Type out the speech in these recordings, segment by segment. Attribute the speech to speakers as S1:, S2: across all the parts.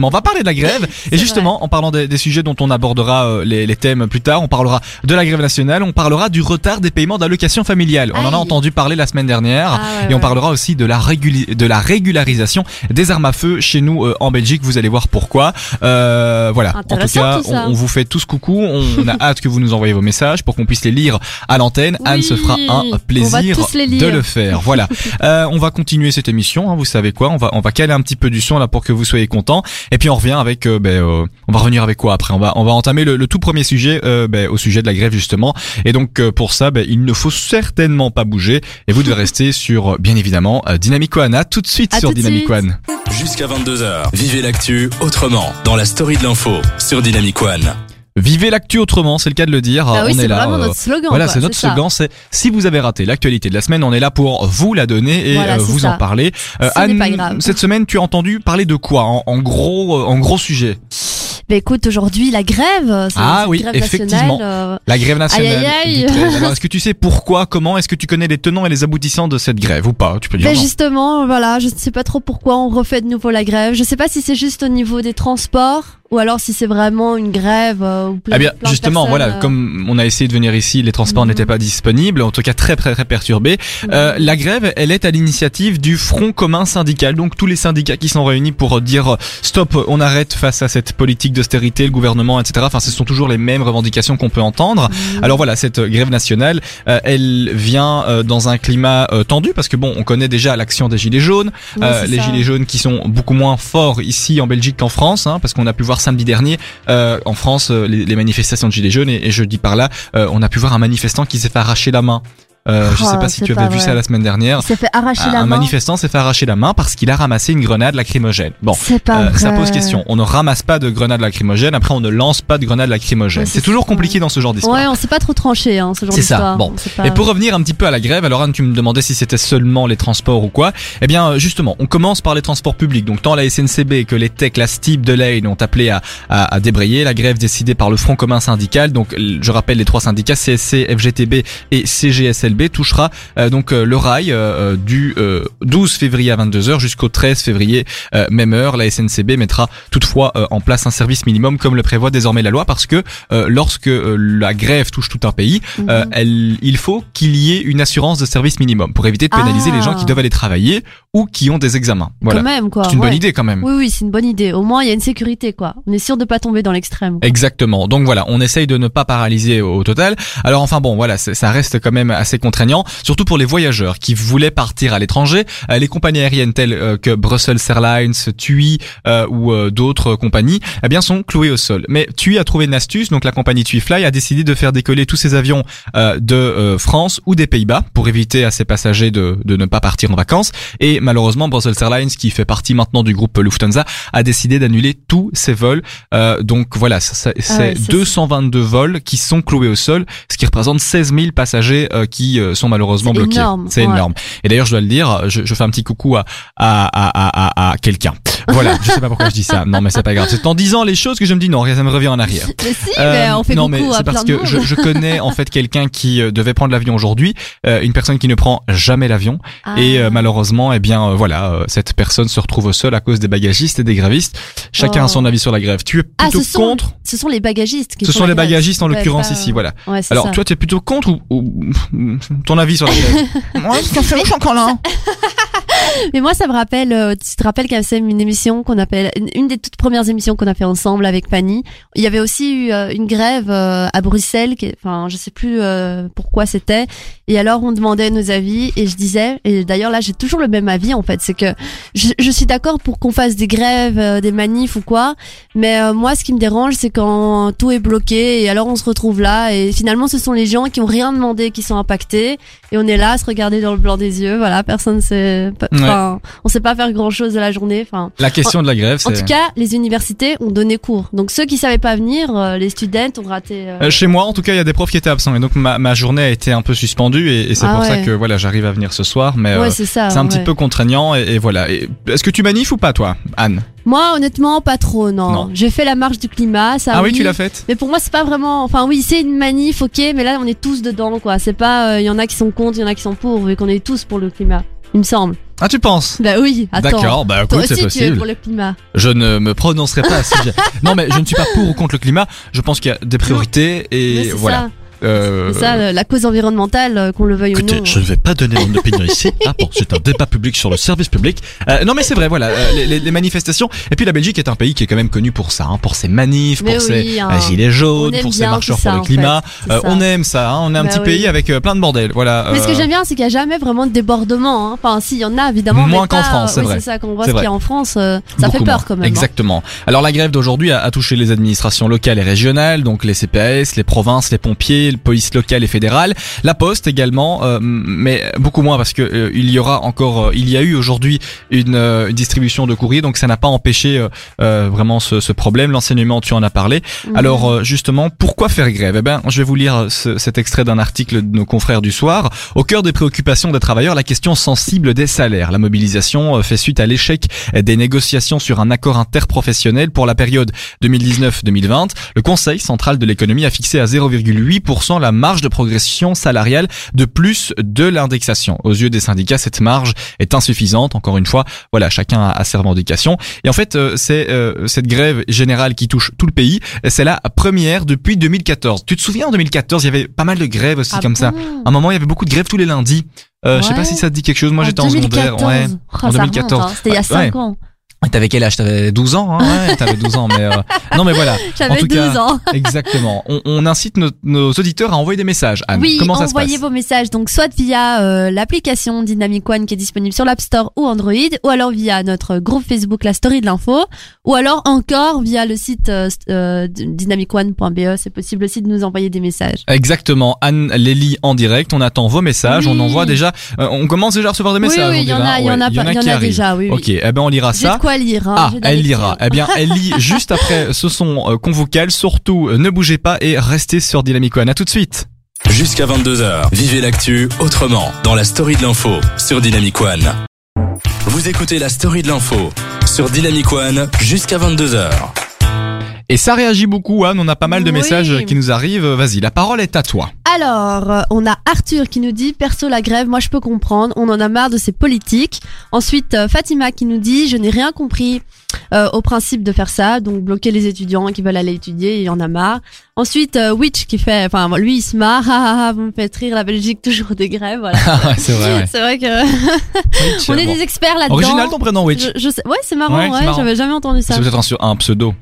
S1: Mais on va parler de la grève. Et justement, en parlant des, des sujets dont on abordera euh, les, les thèmes plus tard, on parlera de la grève nationale, on parlera du retard des paiements d'allocations familiales. On en a
S2: Aïe.
S1: entendu parler la semaine dernière.
S2: Ah, ouais,
S1: Et on
S2: ouais.
S1: parlera aussi de la, réguli- de la régularisation des armes à feu chez nous euh, en Belgique. Vous allez voir pourquoi. Euh, voilà. En tout
S2: Intéressant,
S1: cas,
S2: tout ça.
S1: on, on vous fait tous coucou. On a hâte que vous nous envoyiez vos messages pour qu'on puisse les lire à l'antenne. Anne se
S2: Oui,
S1: fera un
S2: on va
S1: plaisir
S2: tous les
S1: de
S2: lire.
S1: le faire. Voilà. Euh, on va continuer cette émission. hein, vous savez quoi On va on va caler un petit peu du son là pour que vous soyez contents. Et puis on revient avec. euh, ben, euh, on va revenir avec quoi après On va on va entamer le, le tout premier sujet euh, ben, au sujet de la grève justement. Et donc euh, pour ça, ben, il ne faut certainement pas bouger. Et vous devez rester sur euh, bien évidemment euh, Dynamic One. À tout de suite
S2: À
S1: sur
S2: tout de
S1: Dynamic
S2: suite.
S1: One.
S3: Jusqu'à 22h, vivez l'actu autrement dans la story de l'info sur Dynamic One.
S1: Vivez l'actu autrement, c'est le cas de le dire.
S2: Bah oui,
S1: on est,
S2: c'est
S1: là.
S2: vraiment
S1: euh,
S2: notre slogan.
S1: Voilà,
S2: quoi,
S1: c'est notre
S2: bah, ça.
S1: slogan. C'est si vous avez raté l'actualité de la semaine, on est là pour vous la donner et
S2: Voilà,
S1: euh,
S2: c'est
S1: vous
S2: ça.
S1: en parler. Euh,
S2: Ce n'est pas grave.
S1: cette semaine, tu as entendu parler de quoi en, en gros, euh, en gros sujet
S2: Bah écoute, aujourd'hui, la grève. euh, c'est
S1: Ah
S2: une
S1: oui,
S2: grève
S1: effectivement.
S2: nationale, euh,
S1: La grève nationale.
S2: Aïe,
S1: du
S2: aïe, aïe.
S1: 13. Alors, est-ce que tu sais pourquoi, comment, est-ce que tu connais les tenants et les aboutissants de cette grève ou pas Tu peux dire
S2: Ben
S1: non.
S2: justement, voilà, je ne sais pas trop pourquoi on refait de nouveau la grève. Je ne sais pas si c'est juste au niveau des transports ou alors si c'est vraiment une grève euh, ou plein,
S1: Ah bien,
S2: plein de
S1: justement,
S2: personnes,
S1: voilà,
S2: euh,
S1: comme on a essayé de venir ici, les transports
S2: Mhm.
S1: n'étaient pas disponibles, en tout cas très très très perturbés. Euh, la grève, elle est à l'initiative du Front commun syndical, donc tous les syndicats qui sont réunis pour dire euh, stop, on arrête face à cette politique d'austérité, le gouvernement, etc. Enfin, ce sont toujours les mêmes revendications qu'on peut entendre.
S2: Mm,
S1: Alors voilà, cette grève nationale, euh, elle vient euh, dans un climat euh, tendu parce que bon, on connaît déjà l'action des gilets jaunes,
S2: ouais,
S1: euh,
S2: c'est
S1: les
S2: ça.
S1: gilets jaunes qui sont beaucoup moins forts ici en Belgique qu'en France, hein, parce qu'on a pu voir samedi dernier euh, en France euh, les, les manifestations de gilets jaunes et, et je dis par là, euh, on a pu voir un manifestant qui s'est fait arracher la main. Euh, je
S2: Oh,
S1: sais pas si
S2: c'est
S1: tu
S2: pas
S1: avais vu
S2: vrai.
S1: ça la semaine dernière.
S2: Il s'est fait arracher
S1: Un,
S2: la
S1: un
S2: main.
S1: manifestant s'est fait arracher la main parce qu'il a ramassé une grenade lacrymogène. Bon.
S2: C'est pas
S1: euh, ça
S2: vrai.
S1: pose question. On ne ramasse pas de grenade lacrymogène, après on ne lance pas de grenade lacrymogène.
S2: Ouais, c'est
S1: c'est toujours
S2: fou, hein.
S1: compliqué dans ce genre d'histoire.
S2: Ouais, on s'est pas trop tranché, hein, ce genre
S1: C'est ça,
S2: d'histoire.
S1: bon.
S2: On sait pas-
S1: Et pour revenir un petit peu à la grève, alors Anne, tu me demandais si c'était seulement les transports ou quoi. Eh bien, euh, justement, on commence par les transports publics. Donc, tant la SNCB que les techs, la STIB de l'Aisne ont appelé à, à, à débrayer. La grève décidée par le Front commun syndical, donc l- je rappelle les trois syndicats CSC, FGTB et CGSLB, touchera euh, donc euh, le rail euh, euh, du euh, 12 février à 22h jusqu'au 13 février, euh, même heure. La SNCB mettra toutefois euh, en place un service minimum comme le prévoit désormais la loi parce que euh, lorsque euh, la grève touche tout un pays,
S2: Mhm.
S1: euh, elle, il faut qu'il y ait une assurance de service minimum pour éviter de pénaliser
S2: Ah.
S1: les gens qui doivent aller travailler ou qui ont des examens.
S2: Quand
S1: Voilà.
S2: même, quoi.
S1: C'est une bonne
S2: ouais.
S1: idée quand même.
S2: Oui, oui, c'est une bonne idée. Au moins, il y a une sécurité, quoi. On est sûr de pas tomber dans l'extrême.
S1: Exactement. Donc voilà, on essaye de ne pas paralyser au, au total. Alors enfin bon, voilà, c'est- ça reste quand même assez contraignant, surtout pour les voyageurs qui voulaient partir à l'étranger. Euh, les compagnies aériennes telles euh, que Brussels Airlines, TUI euh, ou euh, d'autres euh, compagnies, eh bien sont clouées au sol. Mais TUI a trouvé une astuce, donc la compagnie TUI Fly a décidé de faire décoller tous ses avions euh, de euh, France ou des Pays-Bas pour éviter à ses passagers de, de ne pas partir en vacances. Et malheureusement, Brussels Airlines, qui fait partie maintenant du groupe Lufthansa, a décidé d'annuler tous ses vols. Euh, donc voilà, ça- ça- c'est
S2: Ah ouais, ça, c'est-
S1: 222 vols qui sont cloués au sol, ce qui représente 16 000 passagers euh, qui euh, sont malheureusement
S2: C'est
S1: bloqués.
S2: énorme,
S1: C'est
S2: ouais.
S1: énorme. Et d'ailleurs, je dois le dire, je, je fais un petit coucou à, à, à, à, à, à quelqu'un. Voilà, je sais pas pourquoi je dis ça. Non, mais c'est pas grave. C'est en disant les choses que je me dis non, ça me revient en arrière.
S2: Mais si,
S1: Euh,
S2: mais on fait
S1: non
S2: beaucoup
S1: mais
S2: à
S1: c'est
S2: plein
S1: parce
S2: de
S1: que
S2: monde.
S1: je, je connais en fait quelqu'un qui euh, devait prendre l'avion aujourd'hui, euh, une personne qui ne prend jamais l'avion
S2: Ah.
S1: et euh, malheureusement eh bien euh, voilà euh, cette personne se retrouve au sol à cause des bagagistes et des grévistes. Chacun
S2: Oh.
S1: a son avis sur la grève. Tu es
S2: Ah,
S1: plutôt
S2: ce sont-
S1: contre
S2: Ce sont les bagagistes qui
S1: Ce
S2: font
S1: sont
S2: la
S1: les
S2: grève.
S1: bagagistes en
S2: Ouais, bah,
S1: l'occurrence
S2: pas-
S1: ici voilà.
S2: Ouais, c'est
S1: Alors
S2: ça.
S1: toi tu es plutôt contre ou, ou- ton avis sur la grève Ouais, je suis encore là. hein.
S2: Mais moi, ça me rappelle, euh, tu te rappelles quand même une émission qu'on appelle, une, une des toutes premières émissions qu'on a fait ensemble avec Fanny. Il y avait aussi eu euh, une grève euh, à Bruxelles, qui est- enfin, je sais plus euh, pourquoi c'était. Et alors, on demandait nos avis et je disais, et d'ailleurs là, j'ai toujours le même avis en fait, c'est que je, je suis d'accord pour qu'on fasse des grèves, euh, des manifs ou quoi, mais euh, moi, ce qui me dérange, c'est quand tout est bloqué et alors on se retrouve là et finalement, ce sont les gens qui ont rien demandé qui sont impactés et on est là à se regarder dans le blanc des yeux, voilà, personne sait, pa-
S1: Ouais.
S2: enfin, on sait pas faire grand chose de la journée, enfin.
S1: La question de la grève c'est
S2: En tout cas, les universités ont donné cours. Donc ceux qui savaient pas venir, euh, les students ont raté. euh,
S1: Euh, Chez moi, en tout cas, il y a des profs qui étaient absents et donc ma, ma journée a été un peu suspendue et, et c'est
S2: Ah
S1: pour ça
S2: ouais.
S1: que voilà, j'arrive à venir ce soir, mais euh,
S2: ouais, c'est ça.
S1: c'est un
S2: ouais.
S1: petit peu contraignant et, et voilà. Et Est-ce que tu manifes ou pas toi, Anne
S2: Moi, honnêtement, pas trop, non.
S1: Non.
S2: J'ai fait la marche du climat, ça.
S1: Ah, oui, tu l'as faite
S2: Mais pour moi, c'est pas vraiment. Enfin, oui, c'est une manif, ok, mais euh, là, on est tous dedans, quoi. C'est pas. Il y en a qui sont contre, il y en a qui sont pour, vu qu'on est tous pour le climat, il me semble.
S1: Ah, tu penses
S2: Bah oui, attends.
S1: D'accord, bah
S2: Toi
S1: écoute, c'est
S2: aussi, tu es
S1: possible.
S2: pour le climat.
S1: Je ne me prononcerai pas. à ce sujet. Non, mais je ne suis pas pour ou contre le climat. Je pense qu'il y a des priorités
S2: Mais
S1: et
S2: c'est
S1: voilà.
S2: ça.
S1: Euh,
S2: C'est ça, le- la cause environnementale, euh, qu'on le veuille
S4: Écoutez,
S2: ou non.
S4: je ne vais pas donner mon opinion ici. Ah bon, c'est un débat public sur le service public.
S1: euh, non mais c'est vrai voilà euh, les, les- les manifestations et puis la Belgique est un pays qui est quand même connu pour ça hein, pour ses manifs
S2: Mais
S1: pour ses
S2: oui, hein.
S1: euh, gilets
S2: On
S1: jaunes
S2: aime
S1: pour ses
S2: bien
S1: marcheurs
S2: tout ça,
S1: pour
S2: en
S1: le climat
S2: fait, c'est
S1: Euh,
S2: ça.
S1: on aime ça hein, on est un
S2: Bah
S1: petit
S2: oui.
S1: pays avec euh, plein de bordel voilà
S2: Mais ce que
S1: euh,
S2: j'aime bien, c'est qu'il n'y a jamais vraiment de débordement. Hein. Enfin, si, il y en a évidemment.
S1: Moins
S2: mais
S1: qu'en
S2: pas-
S1: France, c'est
S2: oui,
S1: vrai.
S2: C'est ça, quand on voit
S1: C'est
S2: ce qu'il y
S1: vrai.
S2: a en France, euh, ça fait
S1: Beaucoup
S2: peur
S1: moins.
S2: quand même. hein.
S1: Exactement. Alors la grève d'aujourd'hui a, a touché les administrations locales et régionales, donc les CPAS, les provinces, les pompiers, les polices locales et fédérales, la Poste également, euh, mais beaucoup moins parce que euh, il y aura encore, euh, il y a eu aujourd'hui une euh, distribution de courrier, donc ça n'a pas empêché euh, euh, vraiment ce, ce problème. L'enseignement, tu en as parlé.
S2: Mhm.
S1: Alors euh, justement, pourquoi faire grève Eh ben, je vais vous lire ce- cet extrait d'un article de nos confrères du soir. Au cœur des préoccupations des travailleurs, la question sensible des salaires. La mobilisation euh, fait suite à l'échec des négociations sur un accord interprofessionnel pour la période 2019-2020. Le Conseil central de l'économie a fixé à 0,8% la marge de progression salariale de plus de l'indexation. Aux yeux des syndicats, cette marge est insuffisante. Encore une fois, voilà, chacun a, a ses revendications. Et en fait, euh, c'est euh, cette grève générale qui touche tout le pays. C'est la première depuis 2014. Tu te souviens en 2014, il y avait pas mal de grèves aussi
S2: Ah
S1: comme ça.
S2: bon
S1: À un moment, il y avait beaucoup de grèves tous les lundis. Euh, Je sais pas
S2: Ouais.
S1: si ça te dit quelque chose. Moi,
S2: En
S1: j'étais en secondaire.
S2: 2014.
S1: Ouais.
S2: Oh,
S1: en
S2: ça
S1: 2014.
S2: remonte, hein. C'était il y a
S1: Ouais.
S2: 5 ans.
S1: Et T'avais quel âge T'avais 12 ans, hein ouais, t'avais 12 ans, mais euh, non, mais voilà, En
S2: J'avais
S1: tout
S2: 12
S1: cas,
S2: ans.
S1: exactement. On, on incite nos, nos auditeurs à envoyer des messages. Anne,
S2: oui,
S1: comment ça se passe
S2: envoyez vos messages donc soit via euh, l'application Dynamic One qui est disponible sur l'App Store ou Android, ou alors via notre groupe Facebook La Story de l'info, ou alors encore via le site euh, st- euh, dynamicone.be. E, C'est possible aussi de nous envoyer des messages.
S1: Exactement, Anne Lélie en direct. On attend vos messages. On
S2: Oui.
S1: envoie déjà. euh, on commence déjà à recevoir des messages.
S2: oui,
S1: on
S2: oui, il y en
S1: dira.
S2: a, il y en
S1: Ouais,
S2: a, pas- il y
S1: qui
S2: en a
S1: arrivent.
S2: déjà. Oui, oui.
S1: Ok, eh ben on lira
S2: J'ai
S1: ça.
S2: de quoi lire. hein,
S1: Ah,
S2: j'ai de la
S1: elle
S2: lecture.
S1: lira. Eh bien, elle lit juste après ce son euh, convocal. Surtout, euh, ne bougez pas et restez sur Dynamic One. À tout de suite.
S3: Jusqu'à 22h, vivez l'actu autrement dans la story de l'info sur Dynamic One. Vous écoutez la story de l'info sur Dynamic One jusqu'à 22h.
S1: Et ça réagit beaucoup, Anne. On a pas mal de
S2: Oui.
S1: messages qui nous arrivent. Vas-y, la parole est à toi.
S2: Alors, euh, on a Arthur qui nous dit perso la grève, moi je peux comprendre, on en a marre de ces politiques. Ensuite, euh, Fatima qui nous dit je n'ai rien compris euh, au principe de faire ça, donc bloquer les étudiants qui veulent aller étudier, il y en a marre. Ensuite, euh, Witch qui fait enfin lui il se marre, ah, ah, ah, vous me faites rire la Belgique toujours des grèves, voilà.
S1: Ah, c'est vrai. ouais.
S2: C'est vrai que
S1: Witch,
S2: on est
S1: bon.
S2: des experts là-dedans.
S1: Original ton prénom, Witch.
S2: je, je sais... Ouais, c'est marrant,
S1: Ouais,
S2: ouais,
S1: c'est marrant.
S2: j'avais jamais entendu ça.
S1: C'est peut-être un, sur- un pseudo.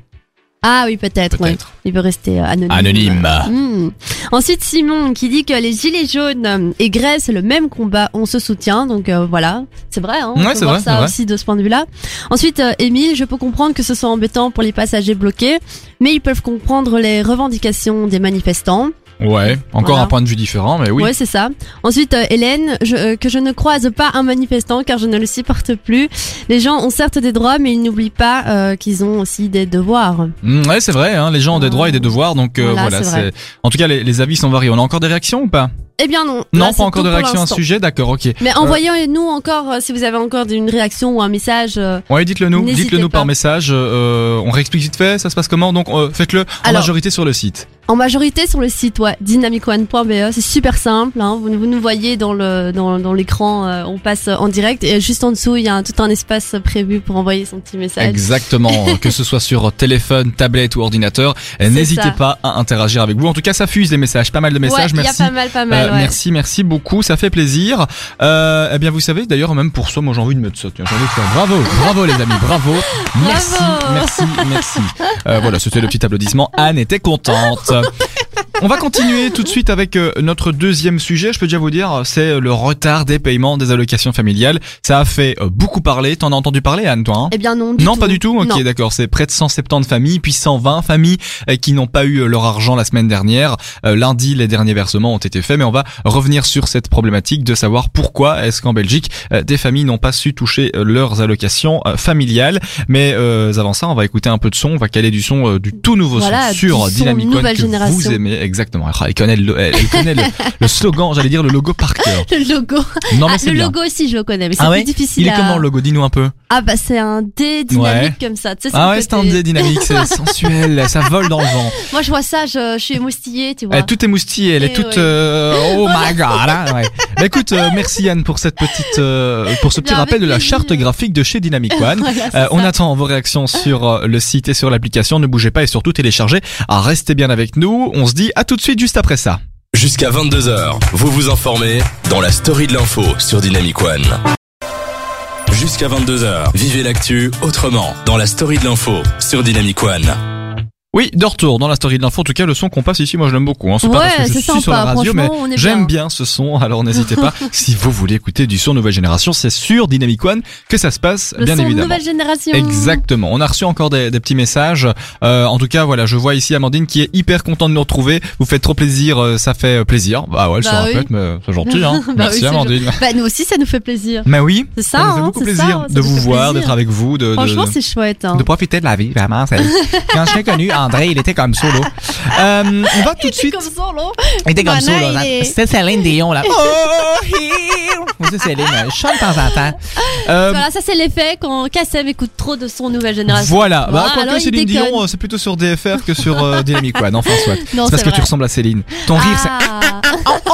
S2: Ah oui, peut-être. ouais.
S1: Peut-être.
S2: Il veut rester euh, anonyme.
S1: Anonyme.
S2: Hmm. Ensuite, Simon qui dit que les gilets jaunes euh, et Grèce, c'est le même combat, on se soutient. Donc euh, voilà, c'est vrai. Hein, on
S1: Ouais,
S2: peut
S1: c'est
S2: voir
S1: vrai,
S2: ça
S1: c'est vrai.
S2: aussi de ce point de vue-là. Ensuite, euh, Émile, je peux comprendre que ce soit embêtant pour les passagers bloqués, mais ils peuvent comprendre les revendications des manifestants.
S1: Ouais, encore
S2: Voilà.
S1: un point de vue différent, mais oui.
S2: Ouais, c'est ça. Ensuite, euh, Hélène, je- euh, que je ne croise pas un manifestant car je ne le supporte plus. Les gens ont certes des droits, mais ils n'oublient pas euh, qu'ils ont aussi des devoirs.
S1: Mm, ouais, c'est vrai, hein, les gens ont des
S2: Ouais.
S1: droits et des devoirs, donc euh, voilà.
S2: Voilà, c'est vrai.
S1: c'est- en tout cas, les, les avis sont variés. On a encore des réactions ou pas
S2: Eh bien non.
S1: Non,
S2: Là, c'est
S1: pas encore
S2: tout
S1: de
S2: pour
S1: réactions à ce
S2: l'instant.
S1: sujet D'accord, ok.
S2: Mais envoyez-nous encore euh, si vous avez encore une réaction ou un message. euh,
S1: Ouais, dites-le nous,
S2: N'hésitez
S1: dites-le nous par
S2: pas.
S1: message. euh, on réexplique vite fait, ça se passe comment Donc euh, faites-le en
S2: Alors-
S1: majorité sur le site.
S2: En majorité sur le site ouais, dynamicone.be, c'est super simple. Hein, vous, vous nous voyez dans le dans, dans l'écran, euh, on passe euh, en direct et juste en dessous il y a un, tout un espace prévu pour envoyer son petit message.
S1: Exactement, euh, que ce soit sur téléphone, tablette ou ordinateur, euh,
S2: C'est
S1: n'hésitez
S2: ça.
S1: pas à interagir avec vous. En tout cas, ça fuse les messages, pas mal de messages.
S2: ouais, il y a
S1: merci.
S2: pas mal, pas mal.
S1: Euh,
S2: ouais.
S1: Merci, merci beaucoup, ça fait plaisir. Euh, eh bien, vous savez, d'ailleurs, même pour ça, moi j'ai envie de me ça. tiens, j'ai envie de faire bravo, bravo les amis, bravo. Merci,
S2: Bravo.
S1: merci, merci. Euh, voilà, c'était le petit applaudissement. Anne était contente. On va continuer tout de suite avec euh, notre deuxième sujet. Je peux déjà vous dire, c'est le retard des paiements des allocations familiales. Ça a fait euh, beaucoup parler. T'en as entendu parler, Anne, toi hein
S2: Eh bien non. Du
S1: non,
S2: tout.
S1: pas du tout. Ok,
S2: Non.
S1: d'accord. C'est près de 170 familles, puis 120 familles euh, qui n'ont pas eu euh, leur argent la semaine dernière. Euh, Lundi, les derniers versements ont été faits, mais on va revenir sur cette problématique de savoir pourquoi est-ce qu'en Belgique euh, des familles n'ont pas su toucher euh, leurs allocations euh, familiales. Mais euh, avant ça, on va écouter un peu de son. On va caler du son euh, du tout nouveau
S2: Voilà,
S1: son sur
S2: du son
S1: Dynamic One
S2: nouvelle
S1: que vous
S2: génération.
S1: aimez exactement. Elle connaît le, elle, elle connaît le, le slogan, j'allais dire le logo par cœur.
S2: Le logo.
S1: Non mais
S2: Ah,
S1: c'est
S2: le
S1: bien.
S2: logo aussi, je le connais, mais c'est
S1: Ah ouais
S2: plus difficile
S1: Il est
S2: à-
S1: comment le logo Dis-nous un peu.
S2: Ah bah c'est un dé dynamique comme ça. Tu sais, c'est
S1: Ah
S2: le
S1: ouais, c'est un
S2: côté-
S1: dé dynamique, c'est sensuel, ça vole dans le vent.
S2: Moi je vois ça, je, je suis émoustillée, tu vois.
S1: Elle, Eh, tout est moustillé, elle est
S2: Et
S1: toute
S2: ouais.
S1: euh, oh my god. hein, ouais. Bah, écoute, euh, merci Yann pour cette petite euh, pour ce
S2: Eh
S1: petit
S2: bien,
S1: rappel
S2: avec
S1: de la
S2: plaisir.
S1: charte graphique de chez Dynamic One.
S2: Voilà, c'est
S1: Euh, on
S2: ça.
S1: attend vos réactions sur euh, le site et sur l'application. Ne bougez pas et surtout téléchargez. Ah, restez bien avec nous. On se dit à tout de suite juste après ça.
S3: Jusqu'à 22h, vous vous informez dans la story de l'info sur Dynamic One. Jusqu'à 22h, vivez l'actu autrement dans la story de l'info sur Dynamic One.
S1: Oui, de retour dans la story de l'info. En tout cas, le son qu'on passe ici, moi je l'aime beaucoup. hein. C'est pas
S2: Ouais,
S1: parce que je
S2: c'est
S1: suis
S2: sympa,
S1: sur la radio, mais
S2: franchement, on est
S1: j'aime bien. ce son. Alors n'hésitez pas. si vous voulez écouter du son nouvelle génération, c'est sur Dynamic One que ça se passe,
S2: Le
S1: bien
S2: son de
S1: évidemment.
S2: nouvelle génération.
S1: Exactement. On a reçu encore des, des petits messages. Euh, en tout cas, voilà, je vois ici Amandine qui est hyper contente de nous retrouver. Vous faites trop plaisir, euh, ça fait euh, plaisir. Bah ouais, elle se
S2: Bah oui.
S1: répète, mais c'est gentil. Hein.
S2: Bah
S1: Merci
S2: oui, c'est
S1: Amandine.
S2: Bah nous aussi ça nous fait plaisir.
S1: Mais oui,
S2: C'est
S1: ça,
S2: ça,
S1: nous fait
S2: hein,
S1: beaucoup
S2: c'est
S1: plaisir
S2: ça, ça
S1: de
S2: nous
S1: vous
S2: fait
S1: voir,
S2: plaisir.
S1: d'être avec vous, de, de-
S2: Franchement c'est chouette. Hein.
S1: de profiter de la vie. Vraiment, c'est- quand je l'ai connu, André, il était comme solo. Euh, on va tout de
S2: C'est
S1: suite.
S2: comme ça, là.
S1: Il était hein.
S2: comme Voilà, solo, là. il est-
S1: C'est Céline Dion là. Oh, c'est Céline, chante de temps en temps. Euh,
S2: Voilà, ça c'est l'effet quand Kassem écoute trop de son nouvelle génération.
S1: Voilà, bah,
S2: Ah,
S1: quoique
S2: alors il
S1: Céline
S2: déconne.
S1: Dion, euh, c'est plutôt sur DFR que sur euh, Dynamic One, enfin soit. C'est
S2: Non,
S1: parce
S2: c'est
S1: que tu
S2: vrai.
S1: ressembles à Céline. Ton rire, c'est
S2: Ah,
S1: Oh, oh,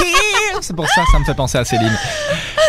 S1: rire C'est pour ça, ça me fait penser à Céline.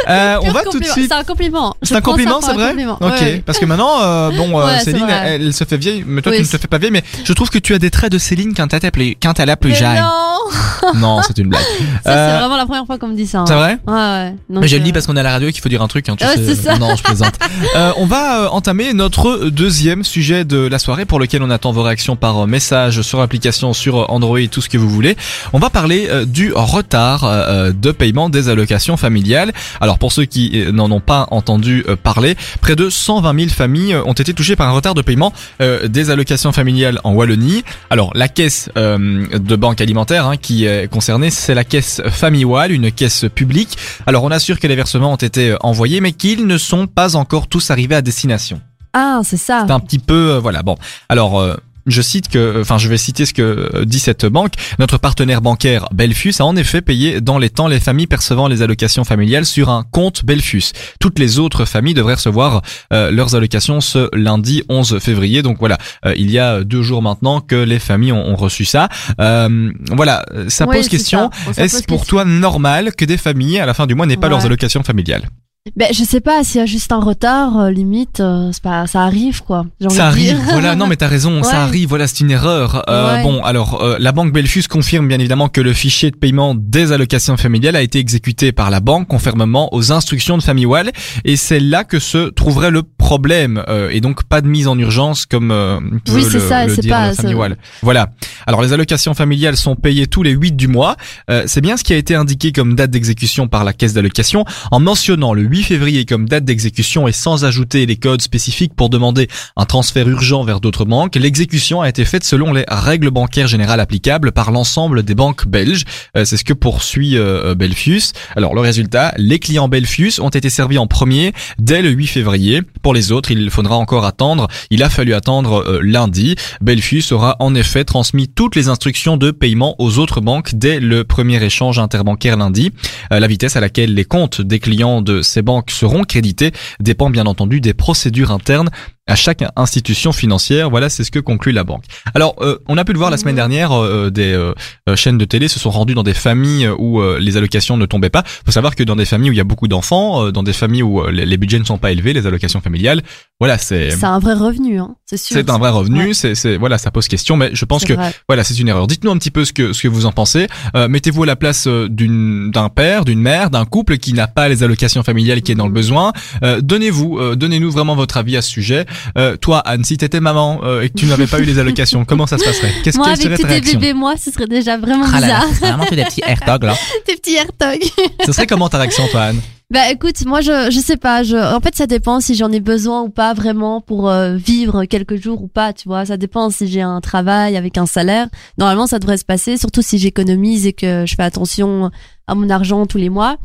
S1: Euh, on
S2: pur
S1: va tout de
S2: compliment.
S1: suite.
S2: C'est un compliment. Je
S1: C'est un
S2: prends ça
S1: compliment,
S2: pour
S1: c'est
S2: un
S1: vrai
S2: compliment.
S1: Ok,
S2: Ouais, ouais.
S1: parce que maintenant, euh, bon, euh,
S2: Ouais, c'est
S1: Céline,
S2: vrai.
S1: elle, elle se fait vieille, mais toi,
S2: Oui,
S1: tu ne te
S2: c'est-
S1: fais pas vieille, mais je trouve que tu as des traits de Céline quand t'as plus, quand elle a plus
S2: Mais
S1: jeune.
S2: non,
S1: Non, c'est une blague.
S2: ça
S1: Euh,
S2: c'est vraiment la première fois qu'on me dit ça. hein.
S1: c'est vrai
S2: Ouais, ouais. Donc,
S1: mais je le
S2: euh,
S1: dis parce qu'on est à la radio et qu'il faut dire un truc. Hein, tu
S2: Ouais,
S1: sais.
S2: Ah, c'est ça.
S1: Non, je plaisante. Euh, on va euh, entamer notre deuxième sujet de la soirée pour lequel on attend vos réactions par euh, message sur l'application, sur euh, Android, tout ce que vous voulez. On va parler euh, du retard euh, de paiement des allocations familiales. Alors pour ceux qui euh, n'en ont pas entendu euh, parler, près de 120 000 familles euh, ont été touchées par un retard de paiement euh, des allocations familiales en Wallonie. Alors la caisse euh, de banque alimentaire hein, qui est concernée, c'est la caisse Famille Wall, une caisse publique. Alors on assure que les versements ont été euh, envoyés, mais qu'ils ne sont pas encore tous arrivés à destination.
S2: Ah, c'est ça.
S1: C'est un petit peu, euh, voilà. Bon, alors. euh, je cite que, enfin, je vais citer ce que euh, dit cette banque. Notre partenaire bancaire Belfus a en effet payé dans les temps les familles percevant les allocations familiales sur un compte Belfus. Toutes les autres familles devraient recevoir euh, leurs allocations ce lundi 11 février. Donc voilà, euh, il y a deux jours maintenant que les familles ont, ont reçu ça. Euh, voilà, euh, ça
S2: Ouais,
S1: pose
S2: c'est
S1: question.
S2: ça. On s'en
S1: Est-ce
S2: pose
S1: pour
S2: question.
S1: toi normal que des familles, à la fin du mois, n'aient pas
S2: Ouais.
S1: leurs allocations familiales
S2: Ben, je sais pas, s'il y a juste un retard, euh, limite, euh, c'est pas, ça arrive, quoi. J'ai envie
S1: Ça
S2: de dire.
S1: arrive, voilà, non mais t'as raison,
S2: Ouais.
S1: ça arrive, voilà, c'est une erreur. Euh,
S2: Ouais.
S1: Bon, alors, euh, la banque Belfus confirme bien évidemment que le fichier de paiement des allocations familiales a été exécuté par la banque conformément aux instructions de FamiWall et c'est là que se trouverait le problème euh, et donc pas de mise en urgence comme euh, peut
S2: Oui, c'est
S1: le-
S2: ça,
S1: le
S2: c'est
S1: dire
S2: pas-
S1: euh, FamiWall. Voilà. Alors, les allocations familiales sont payées tous les 8 du mois. Euh, c'est bien ce qui a été indiqué comme date d'exécution par la caisse d'allocation en mentionnant le 8 février comme date d'exécution et sans ajouter les codes spécifiques pour demander un transfert urgent vers d'autres banques, l'exécution a été faite selon les règles bancaires générales applicables par l'ensemble des banques belges. Euh, c'est ce que poursuit euh, euh, Belfius. Alors le résultat, les clients Belfius ont été servis en premier dès le 8 février. Pour les autres, il faudra encore attendre. Il a fallu attendre euh, lundi. Belfius aura en effet transmis toutes les instructions de paiement aux autres banques dès le premier échange interbancaire lundi. Euh, la vitesse à laquelle les comptes des clients de ces banques seront crédités dépend bien entendu des procédures internes à chaque institution financière. Voilà, c'est ce que conclut la banque. Alors, euh, on a pu le voir la semaine dernière, euh, des euh, euh, chaînes de télé se sont rendues dans des familles où euh, les allocations ne tombaient pas. faut savoir que dans des familles où il y a beaucoup d'enfants, euh, dans des familles où euh, les, les budgets ne sont pas élevés, les allocations familiales, voilà, c'est
S2: C'est un vrai revenu, hein. C'est sûr.
S1: c'est un vrai revenu.
S2: Ouais.
S1: C'est c'est- voilà, ça pose question, mais je pense
S2: C'est
S1: que
S2: vrai.
S1: voilà, c'est une erreur. Dites-nous un petit peu ce que ce que vous en pensez. Euh, Mettez-vous à la place euh, d'une d'un père, d'une mère, d'un couple qui n'a pas les allocations familiales, qui est dans
S2: Mhm.
S1: le besoin. Euh, donnez-vous, euh, donnez-nous vraiment votre avis à ce sujet. Euh, toi, Anne, si t'étais maman euh, et que tu n'avais pas eu les allocations, comment ça se passerait Qu'est-ce
S2: Moi,
S1: quelle
S2: avec
S1: serait
S2: tous
S1: ta
S2: tes
S1: réaction
S2: bébés, moi, ce serait déjà vraiment
S1: Ah là là,
S2: bizarre.
S1: ça serait vraiment fait des petits air togs, là.
S2: tes petits AirTags.
S1: Ce serait comment ta réaction, toi, Anne
S2: Bah écoute, moi je je sais pas, je en fait ça dépend si j'en ai besoin ou pas vraiment pour euh, vivre quelques jours ou pas, tu vois, ça dépend si j'ai un travail avec un salaire. Normalement ça devrait se passer surtout si j'économise et que je fais attention à mon argent tous les mois.